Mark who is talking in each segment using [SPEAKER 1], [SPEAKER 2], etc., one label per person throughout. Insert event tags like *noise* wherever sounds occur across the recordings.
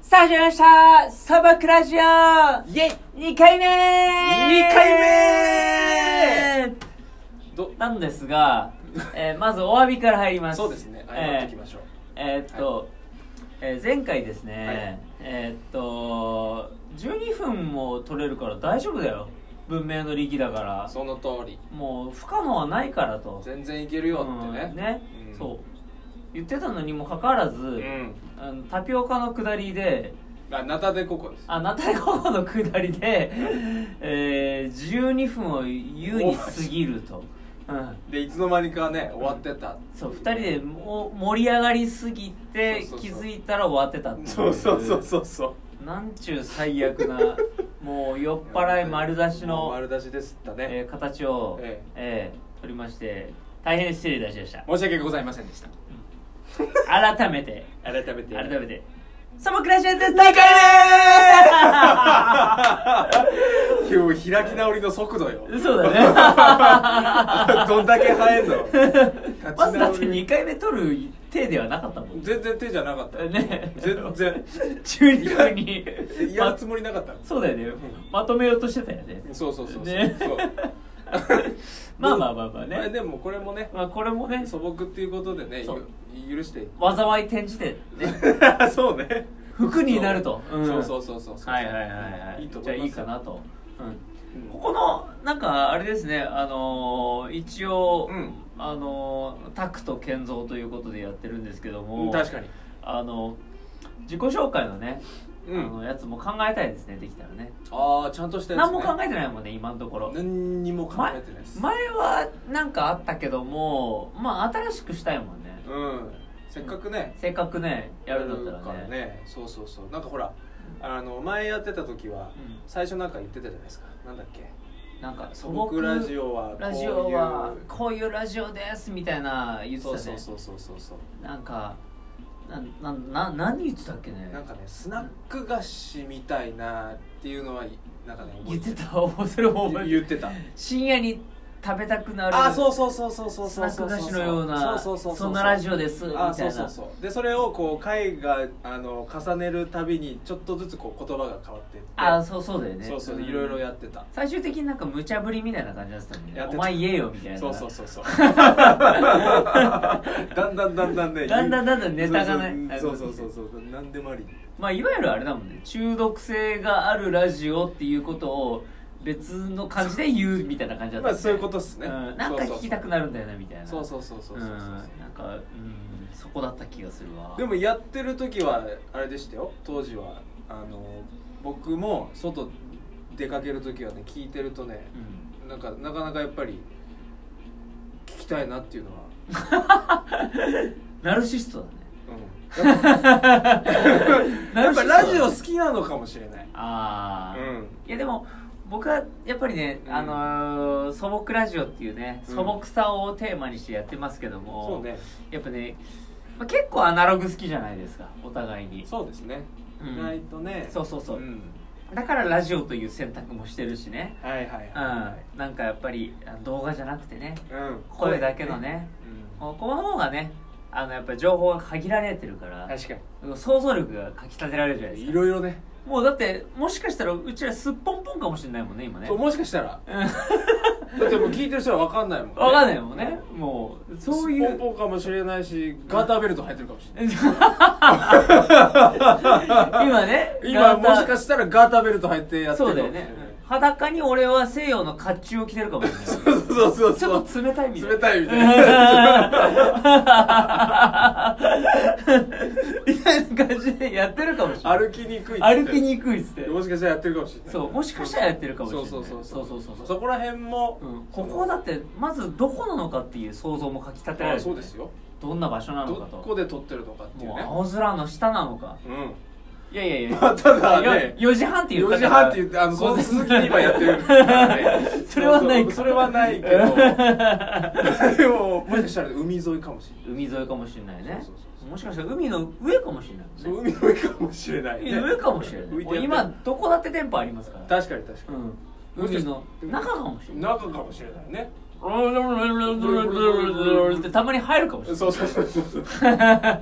[SPEAKER 1] さあ始まりました砂漠ラジオ
[SPEAKER 2] イェイ
[SPEAKER 1] 2回目
[SPEAKER 2] 二回
[SPEAKER 1] 目
[SPEAKER 2] ど
[SPEAKER 1] なんです
[SPEAKER 2] *laughs*
[SPEAKER 1] が、えーまずお詫びから入ります
[SPEAKER 2] そうですね謝っていきましょう、
[SPEAKER 1] えーえーっと、
[SPEAKER 2] は
[SPEAKER 1] えー前回ですね、
[SPEAKER 2] はい
[SPEAKER 1] えーっと12分も取れるから大丈夫だよ文明の力だから
[SPEAKER 2] その通り
[SPEAKER 1] もう不可能はないからと
[SPEAKER 2] 全然いけるよってね、
[SPEAKER 1] うんね、
[SPEAKER 2] うん
[SPEAKER 1] そう言ってたのにもかかわらず、
[SPEAKER 2] うん
[SPEAKER 1] あのタピオカの下りで
[SPEAKER 2] あナタデココです
[SPEAKER 1] あナタデココの下りで、えー、12分を優に過ぎると、うん、
[SPEAKER 2] でいつの間にかね終わってた、
[SPEAKER 1] そう2人でも盛り上がりすぎて
[SPEAKER 2] そうそう
[SPEAKER 1] 気
[SPEAKER 2] そう
[SPEAKER 1] づいたら終わってたってい
[SPEAKER 2] そうそうそうそうそう
[SPEAKER 1] なんちゅう最悪なもう酔っ払い丸出し
[SPEAKER 2] もう
[SPEAKER 1] の、
[SPEAKER 2] 丸出しですったね、
[SPEAKER 1] えー形を、
[SPEAKER 2] え
[SPEAKER 1] えー取りまして大変失礼いたしました
[SPEAKER 2] 申し訳ございませんでした
[SPEAKER 1] 改めて
[SPEAKER 2] 改めて
[SPEAKER 1] 改
[SPEAKER 2] *laughs*
[SPEAKER 1] めてサマクラジオです *laughs*
[SPEAKER 2] 2回目今日開き直りの速度よ
[SPEAKER 1] そうだ
[SPEAKER 2] *laughs*
[SPEAKER 1] ね
[SPEAKER 2] どんだけ早いの
[SPEAKER 1] *laughs* まずだって2回目取る手ではなかったもん
[SPEAKER 2] 全然手じゃなかった
[SPEAKER 1] ね
[SPEAKER 2] 全然
[SPEAKER 1] *laughs* 中二分に
[SPEAKER 2] やる
[SPEAKER 1] ま
[SPEAKER 2] つもりなかった
[SPEAKER 1] そうだよねまとめようとしてたよね
[SPEAKER 2] そうそうそうそう、
[SPEAKER 1] ね
[SPEAKER 2] そう
[SPEAKER 1] まあまあまあまあ
[SPEAKER 2] まあ
[SPEAKER 1] *laughs* ね
[SPEAKER 2] でもこれもね
[SPEAKER 1] まあこれもね
[SPEAKER 2] 素朴っていうことでね
[SPEAKER 1] そう
[SPEAKER 2] ゆ許して
[SPEAKER 1] 災い転じてね
[SPEAKER 2] *laughs* そうね
[SPEAKER 1] 服になると
[SPEAKER 2] そう,、
[SPEAKER 1] うん
[SPEAKER 2] そうそうそうそうそう
[SPEAKER 1] はいはいはいはい
[SPEAKER 2] いいと
[SPEAKER 1] じ
[SPEAKER 2] 思
[SPEAKER 1] ゃあ
[SPEAKER 2] い
[SPEAKER 1] い
[SPEAKER 2] ま
[SPEAKER 1] い
[SPEAKER 2] す
[SPEAKER 1] かなとうん
[SPEAKER 2] うん
[SPEAKER 1] ここのなんかあれですねあのー一応
[SPEAKER 2] うん
[SPEAKER 1] あのータクと健三ということでやってるんですけど
[SPEAKER 2] うん
[SPEAKER 1] も
[SPEAKER 2] 確かに
[SPEAKER 1] あの自己紹介のね、
[SPEAKER 2] うん
[SPEAKER 1] あのやつも考えたいですねできたらね
[SPEAKER 2] ああちゃんとしたやつ、ね、
[SPEAKER 1] 何も考えてないもんね今のところ
[SPEAKER 2] 何にも考
[SPEAKER 1] 前
[SPEAKER 2] えてないです、
[SPEAKER 1] 前はなんかあったけどもまあ新しくしたいもんね
[SPEAKER 2] うんせっかくね、
[SPEAKER 1] せっかくねやるんだった
[SPEAKER 2] や
[SPEAKER 1] ら
[SPEAKER 2] る
[SPEAKER 1] ね
[SPEAKER 2] からねそうそうそうなんかほらあの前やってた時は、
[SPEAKER 1] うん
[SPEAKER 2] 最初なんか言ってたじゃないですかなんだっけ
[SPEAKER 1] なんか
[SPEAKER 2] 素
[SPEAKER 1] 素朴
[SPEAKER 2] 朴ラジオはこういう
[SPEAKER 1] ラジオはこういうラジオですみたいな言ってた
[SPEAKER 2] そう
[SPEAKER 1] ね
[SPEAKER 2] そうそうそうそうそう
[SPEAKER 1] なんかななな何言ってたっけね
[SPEAKER 2] なんかねスナック菓子みたいなっていうのはなんかね
[SPEAKER 1] 言って
[SPEAKER 2] た
[SPEAKER 1] たそれも覚えてる
[SPEAKER 2] *laughs* 言ってた
[SPEAKER 1] 深夜に食べたくなる
[SPEAKER 2] あそうそうそうそうそう
[SPEAKER 1] ス
[SPEAKER 2] そ
[SPEAKER 1] ナ
[SPEAKER 2] う
[SPEAKER 1] ック
[SPEAKER 2] そうそう
[SPEAKER 1] 菓子のような
[SPEAKER 2] そうそうそう
[SPEAKER 1] そんなラジオですみたい
[SPEAKER 2] あ
[SPEAKER 1] な
[SPEAKER 2] そうそうそうでそれをこう回があの重ねるたびにちょっとずつこう言葉が変わっていって
[SPEAKER 1] あそうそうだよね
[SPEAKER 2] そうそうんいろいろやってた
[SPEAKER 1] 最終的になんか無茶ぶりみたいな感じだったもんね
[SPEAKER 2] やって
[SPEAKER 1] お
[SPEAKER 2] た
[SPEAKER 1] 前言えよみたいな
[SPEAKER 2] そうそうそうそう *laughs* だんだんだんだんね
[SPEAKER 1] *laughs* だんだんだんだんネタがね
[SPEAKER 2] そうそうそうそうそうそうなんでもあり
[SPEAKER 1] まあいわゆるあれだもんね中毒性があるラジオっていうことを別の感じで言うみたいな感じだった
[SPEAKER 2] まあ
[SPEAKER 1] もんね、
[SPEAKER 2] そういうことっすね
[SPEAKER 1] うんなんか聞きたくなるんだよねみたいな
[SPEAKER 2] そうそうそうそうそうそううそうん
[SPEAKER 1] なんかうんそこだった気がするわ
[SPEAKER 2] でもやってる時はあれでしたよ当時はあの僕も外出かける時はね聞いてるとね
[SPEAKER 1] うん
[SPEAKER 2] なんかなかなかやっぱり聞きたいなっていうのは、
[SPEAKER 1] ナルシスト
[SPEAKER 2] う
[SPEAKER 1] だね *laughs*
[SPEAKER 2] ん、やっぱやっぱラジオ好
[SPEAKER 1] き
[SPEAKER 2] きなのかもしれない
[SPEAKER 1] ああ、
[SPEAKER 2] うん
[SPEAKER 1] いやでも僕はやっぱりね、
[SPEAKER 2] うん
[SPEAKER 1] あのー素朴ラジオっていうね
[SPEAKER 2] うん
[SPEAKER 1] 素朴さをテーマにしてやってますけども、
[SPEAKER 2] そうね
[SPEAKER 1] やっぱね、まあ、結構アナログ好きじゃないですかお互いに
[SPEAKER 2] そうですね、
[SPEAKER 1] うん
[SPEAKER 2] 意外とね
[SPEAKER 1] そうそうそうんだからラジオという選択もしてるしね
[SPEAKER 2] はいはい
[SPEAKER 1] うん
[SPEAKER 2] は
[SPEAKER 1] なんかやっぱりあ動画じゃなくてね
[SPEAKER 2] い、うん
[SPEAKER 1] 声だけの、ね
[SPEAKER 2] うん、
[SPEAKER 1] ここの方がねあのやっぱり情報が限られてるから
[SPEAKER 2] 確か
[SPEAKER 1] 想像力がかきたてられるじゃない
[SPEAKER 2] に
[SPEAKER 1] で
[SPEAKER 2] い
[SPEAKER 1] すか
[SPEAKER 2] ろいろね
[SPEAKER 1] もうだってもしかしたらうちらすっぽんぽんかもしれないもんね今ね
[SPEAKER 2] そうもしかしたらだってもう聞いてる人は分かんないもん、ね、
[SPEAKER 1] わかんないもんねもうそうい
[SPEAKER 2] ス
[SPEAKER 1] う
[SPEAKER 2] ポンポンかもしれないしガーターベルト入ってるかもしれない
[SPEAKER 1] 今ね
[SPEAKER 2] 今もしか
[SPEAKER 1] し
[SPEAKER 2] したらガーターベルト入ってやってる
[SPEAKER 1] そ
[SPEAKER 2] か
[SPEAKER 1] うだ
[SPEAKER 2] も
[SPEAKER 1] よ
[SPEAKER 2] しれない
[SPEAKER 1] ね裸に俺は西洋の甲冑を着てるかもしれない
[SPEAKER 2] そうそうそう
[SPEAKER 1] ち
[SPEAKER 2] そ
[SPEAKER 1] ょっ
[SPEAKER 2] う
[SPEAKER 1] と冷たいみたい
[SPEAKER 2] 冷たいみたい *laughs* な
[SPEAKER 1] *laughs* みたいな感じでやってるかもしれない
[SPEAKER 2] 歩きにくいっつって
[SPEAKER 1] 歩きにくいっつって
[SPEAKER 2] もしかしたらやってるかもしれない
[SPEAKER 1] そうもしかしたらやってるかもしれない
[SPEAKER 2] そうそうそう
[SPEAKER 1] そうそうそう
[SPEAKER 2] そこら辺も、
[SPEAKER 1] うんここだってまずどこなのかっていう想像もかきたてられ
[SPEAKER 2] あ
[SPEAKER 1] る
[SPEAKER 2] そうですよ
[SPEAKER 1] どんな場所なのか
[SPEAKER 2] ど
[SPEAKER 1] と
[SPEAKER 2] こで撮ってるのかっていう
[SPEAKER 1] もう
[SPEAKER 2] ね
[SPEAKER 1] 青空の下なのか
[SPEAKER 2] うん
[SPEAKER 1] いやいやいや、
[SPEAKER 2] まあただね
[SPEAKER 1] よ4時半って言っ
[SPEAKER 2] 4
[SPEAKER 1] た
[SPEAKER 2] 時
[SPEAKER 1] か
[SPEAKER 2] 半
[SPEAKER 1] ら
[SPEAKER 2] って言ってあのその
[SPEAKER 1] 午前
[SPEAKER 2] 続きに今やってるからね
[SPEAKER 1] それはないか
[SPEAKER 2] *laughs* そうそれはない *laughs* けどでももしかしたら海沿いかもしれない
[SPEAKER 1] 海沿いかもしれないね
[SPEAKER 2] そうそうそうそ
[SPEAKER 1] もしかしたら海の上かもしれないもんね
[SPEAKER 2] そう海の上かもしれない、
[SPEAKER 1] い
[SPEAKER 2] ね、
[SPEAKER 1] や上かもしれない
[SPEAKER 2] 浮いてやって
[SPEAKER 1] もう
[SPEAKER 2] る
[SPEAKER 1] 今どこだって電波ありますから
[SPEAKER 2] 確かに確か
[SPEAKER 1] うん
[SPEAKER 2] もしか
[SPEAKER 1] 海
[SPEAKER 2] し
[SPEAKER 1] の中かもしれ
[SPEAKER 2] に
[SPEAKER 1] ない
[SPEAKER 2] 中かもしれないね
[SPEAKER 1] ってたまに入るかもしれ
[SPEAKER 2] そうそうそうそうそう
[SPEAKER 1] ない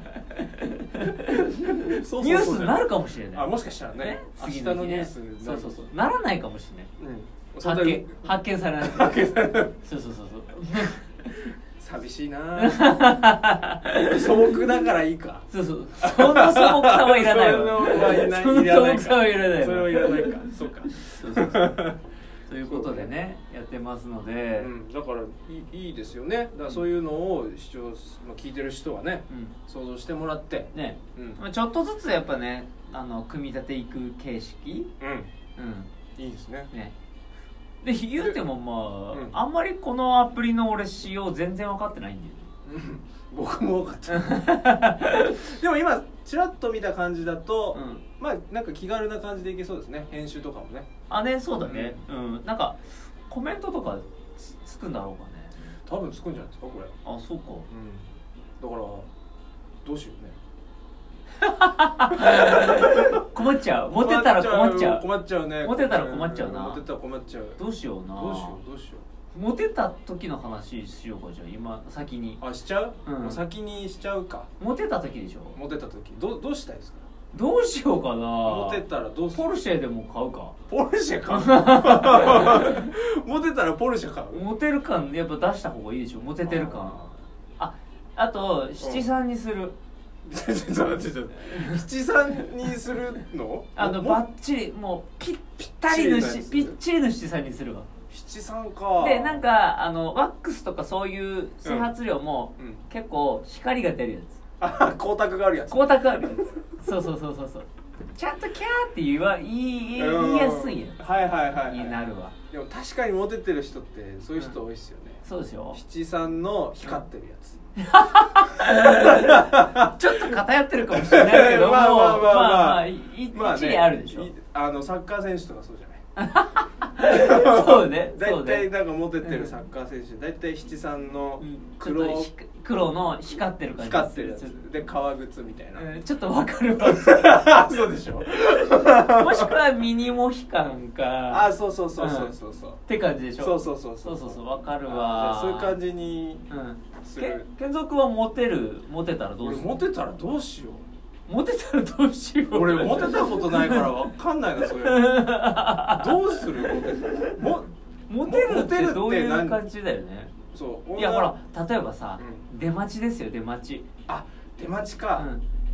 [SPEAKER 2] そうそうそう
[SPEAKER 1] ニュースになるかもしれない
[SPEAKER 2] あもしかしたらね明日
[SPEAKER 1] 次
[SPEAKER 2] の
[SPEAKER 1] 日
[SPEAKER 2] ニュ
[SPEAKER 1] ね
[SPEAKER 2] ースにな
[SPEAKER 1] そう
[SPEAKER 2] る
[SPEAKER 1] そうそうならないかもしれない
[SPEAKER 2] うん
[SPEAKER 1] 発見発見されない
[SPEAKER 2] 発見されない
[SPEAKER 1] そうそうそうそう
[SPEAKER 2] 寂しいなぁ素朴だからいいか
[SPEAKER 1] そうそうそんな素朴さはいらないわ
[SPEAKER 2] そんなはいない
[SPEAKER 1] そん
[SPEAKER 2] い
[SPEAKER 1] な
[SPEAKER 2] らない
[SPEAKER 1] 素
[SPEAKER 2] か
[SPEAKER 1] 朴さはいらないわ
[SPEAKER 2] それはいらないかそうか
[SPEAKER 1] そうそうそうということでねやってますので、
[SPEAKER 2] うん、だからいいいいですよねだからそういうのを視聴、まあ、聞いてる人はね、
[SPEAKER 1] うん
[SPEAKER 2] 想像してもらって
[SPEAKER 1] ね
[SPEAKER 2] うん、
[SPEAKER 1] まあ、ちょっとずつやっぱねあの組み立てていく形式
[SPEAKER 2] う
[SPEAKER 1] うん
[SPEAKER 2] ん、いいですね
[SPEAKER 1] ねで言うてもまあ、
[SPEAKER 2] うん
[SPEAKER 1] あんまりこのアプリの俺仕様全然分かってないんだよね
[SPEAKER 2] うん僕も分かっちゃった *laughs* でも今ちらっと見た感じだと、
[SPEAKER 1] うん
[SPEAKER 2] まあなんか気軽な感じでいけそうですね編集とかもね
[SPEAKER 1] あねそうだねうん、なんかコメントとかつつくんだろうかね
[SPEAKER 2] 多分つくんじゃないですかこれ
[SPEAKER 1] あそうか
[SPEAKER 2] うんだからどうしようね
[SPEAKER 1] 困っちゃうモテたら困っちゃう
[SPEAKER 2] 困っちゃうね
[SPEAKER 1] モテたら困っちゃうなん
[SPEAKER 2] モテたら困っちゃう
[SPEAKER 1] どうしような
[SPEAKER 2] どうしようどうしよ
[SPEAKER 1] モテた時の話しようかじゃあ今先に
[SPEAKER 2] うあしちゃう、
[SPEAKER 1] うん
[SPEAKER 2] もう先にしちゃうか
[SPEAKER 1] モテた時でしょ
[SPEAKER 2] モテた時どうどうしたいですか
[SPEAKER 1] どうしようかな
[SPEAKER 2] モテたらどうする
[SPEAKER 1] ポルシェでも買うか
[SPEAKER 2] ポルシェ買う *laughs* モテたらポルシェ買う
[SPEAKER 1] モテる感やっぱ出した方がいいでしょモテてる感ああと七三にする、
[SPEAKER 2] ちょちょちょちょちょ七三にするの
[SPEAKER 1] あの
[SPEAKER 2] も
[SPEAKER 1] バッチリもうぴぴったりのし
[SPEAKER 2] ぴ
[SPEAKER 1] ぴっ
[SPEAKER 2] っ
[SPEAKER 1] ちりの七三にするわ
[SPEAKER 2] 七三か
[SPEAKER 1] でなんかあのワックスとかそういう整髪料も、
[SPEAKER 2] うん *laughs*
[SPEAKER 1] 結構光が出るや
[SPEAKER 2] あ光沢があるや
[SPEAKER 1] つ
[SPEAKER 2] つ
[SPEAKER 1] 光沢あるやつそうそうそうそうそうちゃんとキャーって言わ言い言い言いやすいや
[SPEAKER 2] うんはいはいはい、は
[SPEAKER 1] つ
[SPEAKER 2] い、
[SPEAKER 1] になるわ
[SPEAKER 2] でも確かにモテてる人ってそういう人多いっすよね、
[SPEAKER 1] そうですよ
[SPEAKER 2] 七三の光ってるやつ、
[SPEAKER 1] ちょっと偏ってるかもしれないけど
[SPEAKER 2] *laughs* まあまあまあ
[SPEAKER 1] もうま
[SPEAKER 2] ま
[SPEAKER 1] あま
[SPEAKER 2] あ
[SPEAKER 1] あいい
[SPEAKER 2] ま
[SPEAKER 1] 一理あるでしょ
[SPEAKER 2] い *laughs* あのサッカー選手とかそうじゃない
[SPEAKER 1] そうね *laughs* そ
[SPEAKER 2] 大
[SPEAKER 1] うね
[SPEAKER 2] 体なんかモテてるサッカー選手大体七三の
[SPEAKER 1] うんちょっ
[SPEAKER 2] 黒、
[SPEAKER 1] とひく黒の光ってる感じ
[SPEAKER 2] 光ってるやつで革靴みたいな、
[SPEAKER 1] うんちょっとわかるわ
[SPEAKER 2] *laughs* そうでしょ
[SPEAKER 1] もしくはミニモヒカンか
[SPEAKER 2] あそうそうそうそうそうそう、
[SPEAKER 1] って感じでしょ
[SPEAKER 2] そうそうそう
[SPEAKER 1] そ
[SPEAKER 2] そうう
[SPEAKER 1] そうそうわかる
[SPEAKER 2] あ
[SPEAKER 1] わ
[SPEAKER 2] じゃあそういう感
[SPEAKER 1] じ
[SPEAKER 2] じに
[SPEAKER 1] うん
[SPEAKER 2] す
[SPEAKER 1] け
[SPEAKER 2] る
[SPEAKER 1] 健三君はモテるモテたらどう
[SPEAKER 2] 俺
[SPEAKER 1] する
[SPEAKER 2] モテたらどうしよ
[SPEAKER 1] モテたらどうしよ
[SPEAKER 2] う
[SPEAKER 1] う
[SPEAKER 2] 俺モテたことないからわかんないなそういうのどうするモテたらも
[SPEAKER 1] *laughs* モテるっ
[SPEAKER 2] モテ
[SPEAKER 1] て
[SPEAKER 2] るって
[SPEAKER 1] どういう
[SPEAKER 2] 何
[SPEAKER 1] 感じだよね
[SPEAKER 2] そう
[SPEAKER 1] いや
[SPEAKER 2] 女
[SPEAKER 1] ほら例えばさ、
[SPEAKER 2] う
[SPEAKER 1] 出待ちですよ出待ち、うん、
[SPEAKER 2] あ出待ちか、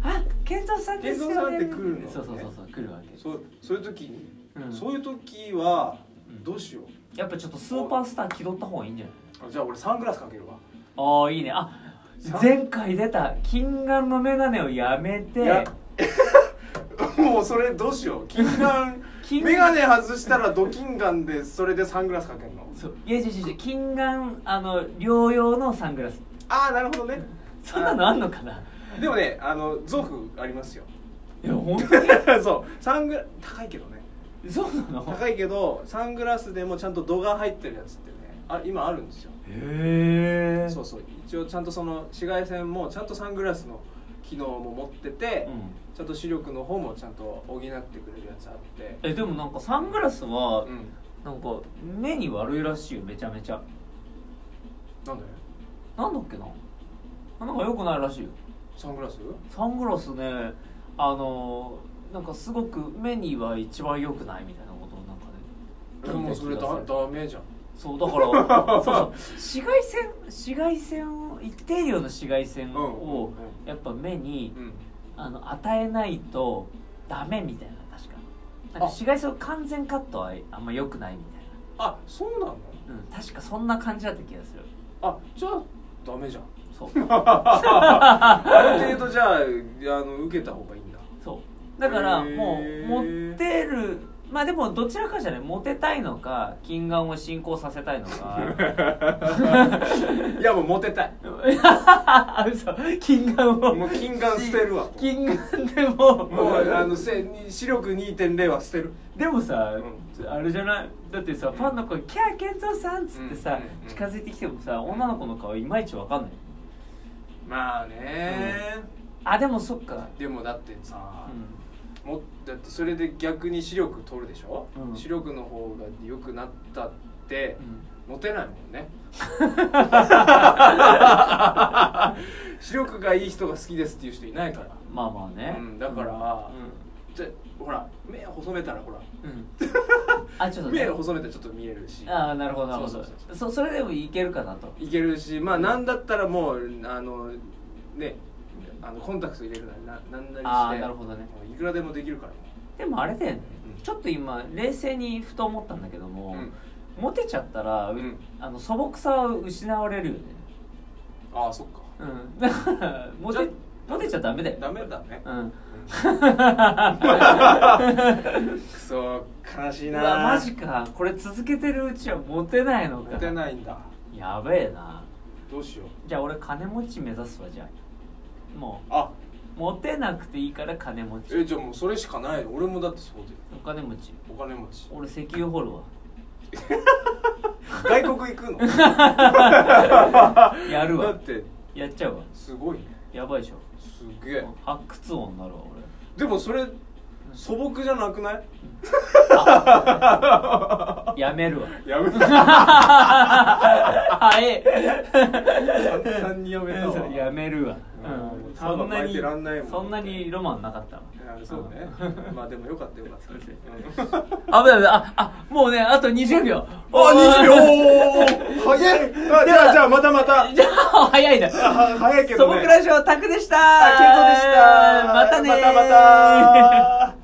[SPEAKER 1] あ健三さんですよ
[SPEAKER 2] 健
[SPEAKER 1] ね
[SPEAKER 2] 三さんって来るのね
[SPEAKER 1] そうそうそうそう来るわけ
[SPEAKER 2] そうそういう時に、
[SPEAKER 1] うん
[SPEAKER 2] そういう時は
[SPEAKER 1] うん
[SPEAKER 2] どうしよう、
[SPEAKER 1] やっぱちょっとスーパースター気取った方がいいんじゃない
[SPEAKER 2] あじゃあ俺サングラスかける
[SPEAKER 1] *laughs*
[SPEAKER 2] わ
[SPEAKER 1] ああいいねあ
[SPEAKER 2] さ
[SPEAKER 1] 前回出た金眼の眼鏡をやめて
[SPEAKER 2] いやもうそれどうしよう金眼
[SPEAKER 1] 金
[SPEAKER 2] 眼
[SPEAKER 1] 眼
[SPEAKER 2] 鏡外したらド金眼でそれでサングラスかけるの
[SPEAKER 1] そういや違う違う違う金眼あの療養のサングラス
[SPEAKER 2] ああなるほどね
[SPEAKER 1] そんなのあんのかな
[SPEAKER 2] あでもねあの造符あり
[SPEAKER 1] *laughs*
[SPEAKER 2] ますよ
[SPEAKER 1] いや本当に
[SPEAKER 2] そうサングラ高いけどね
[SPEAKER 1] そうなのへ
[SPEAKER 2] 高いけどサングラスでもちゃんと度が入ってるやつってねあ今あるんですよ
[SPEAKER 1] え
[SPEAKER 2] そうそう一応ちゃんとその紫外線もちゃんとサングラスの機能も持ってて、
[SPEAKER 1] うん
[SPEAKER 2] ちゃんと視力の方もちゃんと補ってくれるやつあって
[SPEAKER 1] えでもなんかサングラスは、
[SPEAKER 2] うん
[SPEAKER 1] なんか目に悪いらしいよめちゃめちゃ
[SPEAKER 2] なんで
[SPEAKER 1] なんだっけななんか良くないらしいよ
[SPEAKER 2] サングラス
[SPEAKER 1] サングラスねあのなんかすごく目には一番良くないみたいなことをなん
[SPEAKER 2] で
[SPEAKER 1] かね
[SPEAKER 2] もそれだ
[SPEAKER 1] 聞いた気がする
[SPEAKER 2] ダメじゃん
[SPEAKER 1] そうだか
[SPEAKER 2] *laughs*
[SPEAKER 1] らそうそう紫外線紫外線を一定量の紫外線を
[SPEAKER 2] うんうん
[SPEAKER 1] やっぱ目に
[SPEAKER 2] うん
[SPEAKER 1] あの与えないとダメみたいな確かなんか紫外線を完全カットはあんま良くないみた
[SPEAKER 2] あそうなの
[SPEAKER 1] いな、うん、確かそんな感じだった気がする
[SPEAKER 2] あじゃあダ *laughs* メじゃん
[SPEAKER 1] そう
[SPEAKER 2] ある程度じゃああの受けた方がいい *laughs* んだ
[SPEAKER 1] そうだから
[SPEAKER 2] へー
[SPEAKER 1] もうモテるまあでもどちらかじゃないモテたいのか金眼を進行させたいのか *laughs*
[SPEAKER 2] いやもうモテたい
[SPEAKER 1] 嘘金眼を
[SPEAKER 2] もう金眼捨てるわ
[SPEAKER 1] *laughs* 金眼でも
[SPEAKER 2] もうあのせに視力2.0は捨てる
[SPEAKER 1] でもさ、
[SPEAKER 2] う
[SPEAKER 1] あれじゃないだってさファンの声「キャー健三さん」っつってさ、
[SPEAKER 2] うんうん
[SPEAKER 1] 近づいてきてもさ女の子の顔いまいちわかんない
[SPEAKER 2] まあね、
[SPEAKER 1] あでもそっか
[SPEAKER 2] でもだってさ、
[SPEAKER 1] う
[SPEAKER 2] もだってそれで逆に視力取るでしょ、
[SPEAKER 1] うん
[SPEAKER 2] 視力の方が良くなったって
[SPEAKER 1] ん、
[SPEAKER 2] モテないもん
[SPEAKER 1] *laughs*
[SPEAKER 2] ね視力がいい人が好きですっていう人いないから
[SPEAKER 1] まあまあね、
[SPEAKER 2] うん、だから、でほら目細めたらほら
[SPEAKER 1] う
[SPEAKER 2] *laughs*
[SPEAKER 1] ん、うんあちょっと、ね
[SPEAKER 2] 目、細めたらちょっと見えるし
[SPEAKER 1] ああなるほどなるほ
[SPEAKER 2] そう
[SPEAKER 1] ど
[SPEAKER 2] そうそ
[SPEAKER 1] そそれでもいけるかなと
[SPEAKER 2] いけるしまあなんだったらもうあのねあのコンタクト入れるなりななんなりして
[SPEAKER 1] あーなるほどね
[SPEAKER 2] もういくらでもできるから
[SPEAKER 1] でもあれだよね、
[SPEAKER 2] うん
[SPEAKER 1] ちょっと今冷静にふと思ったんだけども、
[SPEAKER 2] うん
[SPEAKER 1] モテちゃったら、う
[SPEAKER 2] うん
[SPEAKER 1] あの素朴さは失われるよね
[SPEAKER 2] ああそっか
[SPEAKER 1] うんだからモテ
[SPEAKER 2] じ
[SPEAKER 1] モテちゃダメだよ
[SPEAKER 2] ダメだね
[SPEAKER 1] うん
[SPEAKER 2] くそ悲しいうな
[SPEAKER 1] わマジかこれ続けてるうちはモテないのか
[SPEAKER 2] モテないんだ
[SPEAKER 1] やべえな
[SPEAKER 2] どうしよう
[SPEAKER 1] じゃあ俺金持ち目指すわじゃあも
[SPEAKER 2] あ
[SPEAKER 1] うモテなくていいから金持ち
[SPEAKER 2] えじゃあもうそれしかないの俺もだってそうだよ
[SPEAKER 1] お金持ち
[SPEAKER 2] お金持ち
[SPEAKER 1] 俺石油掘るわ
[SPEAKER 2] 外国行くの
[SPEAKER 1] やる
[SPEAKER 2] だ
[SPEAKER 1] わ
[SPEAKER 2] って
[SPEAKER 1] やっちゃうわ
[SPEAKER 2] すごいね
[SPEAKER 1] やばいでしょ
[SPEAKER 2] すげえ
[SPEAKER 1] 発掘王になるわ俺
[SPEAKER 2] でもそれ素朴じゃなくない
[SPEAKER 1] や
[SPEAKER 2] *laughs*
[SPEAKER 1] めるわ
[SPEAKER 2] やめた
[SPEAKER 1] 早い
[SPEAKER 2] 簡単 *laughs* にやめたわ
[SPEAKER 1] やめる
[SPEAKER 2] う
[SPEAKER 1] わ、
[SPEAKER 2] ん
[SPEAKER 1] そんな
[SPEAKER 2] 巻い
[SPEAKER 1] に
[SPEAKER 2] てらんないもん
[SPEAKER 1] そんなにロマンなかったわ
[SPEAKER 2] あそうねまあでもよかったよかった
[SPEAKER 1] あぶない危ないああもうねあと20秒
[SPEAKER 2] 20秒早いあじゃあじゃあまたまた
[SPEAKER 1] じゃあ早いな
[SPEAKER 2] は早いけ
[SPEAKER 1] 素
[SPEAKER 2] ど
[SPEAKER 1] 朴
[SPEAKER 2] ね
[SPEAKER 1] ラジオタクでした
[SPEAKER 2] あケイトでした
[SPEAKER 1] またねー
[SPEAKER 2] またまた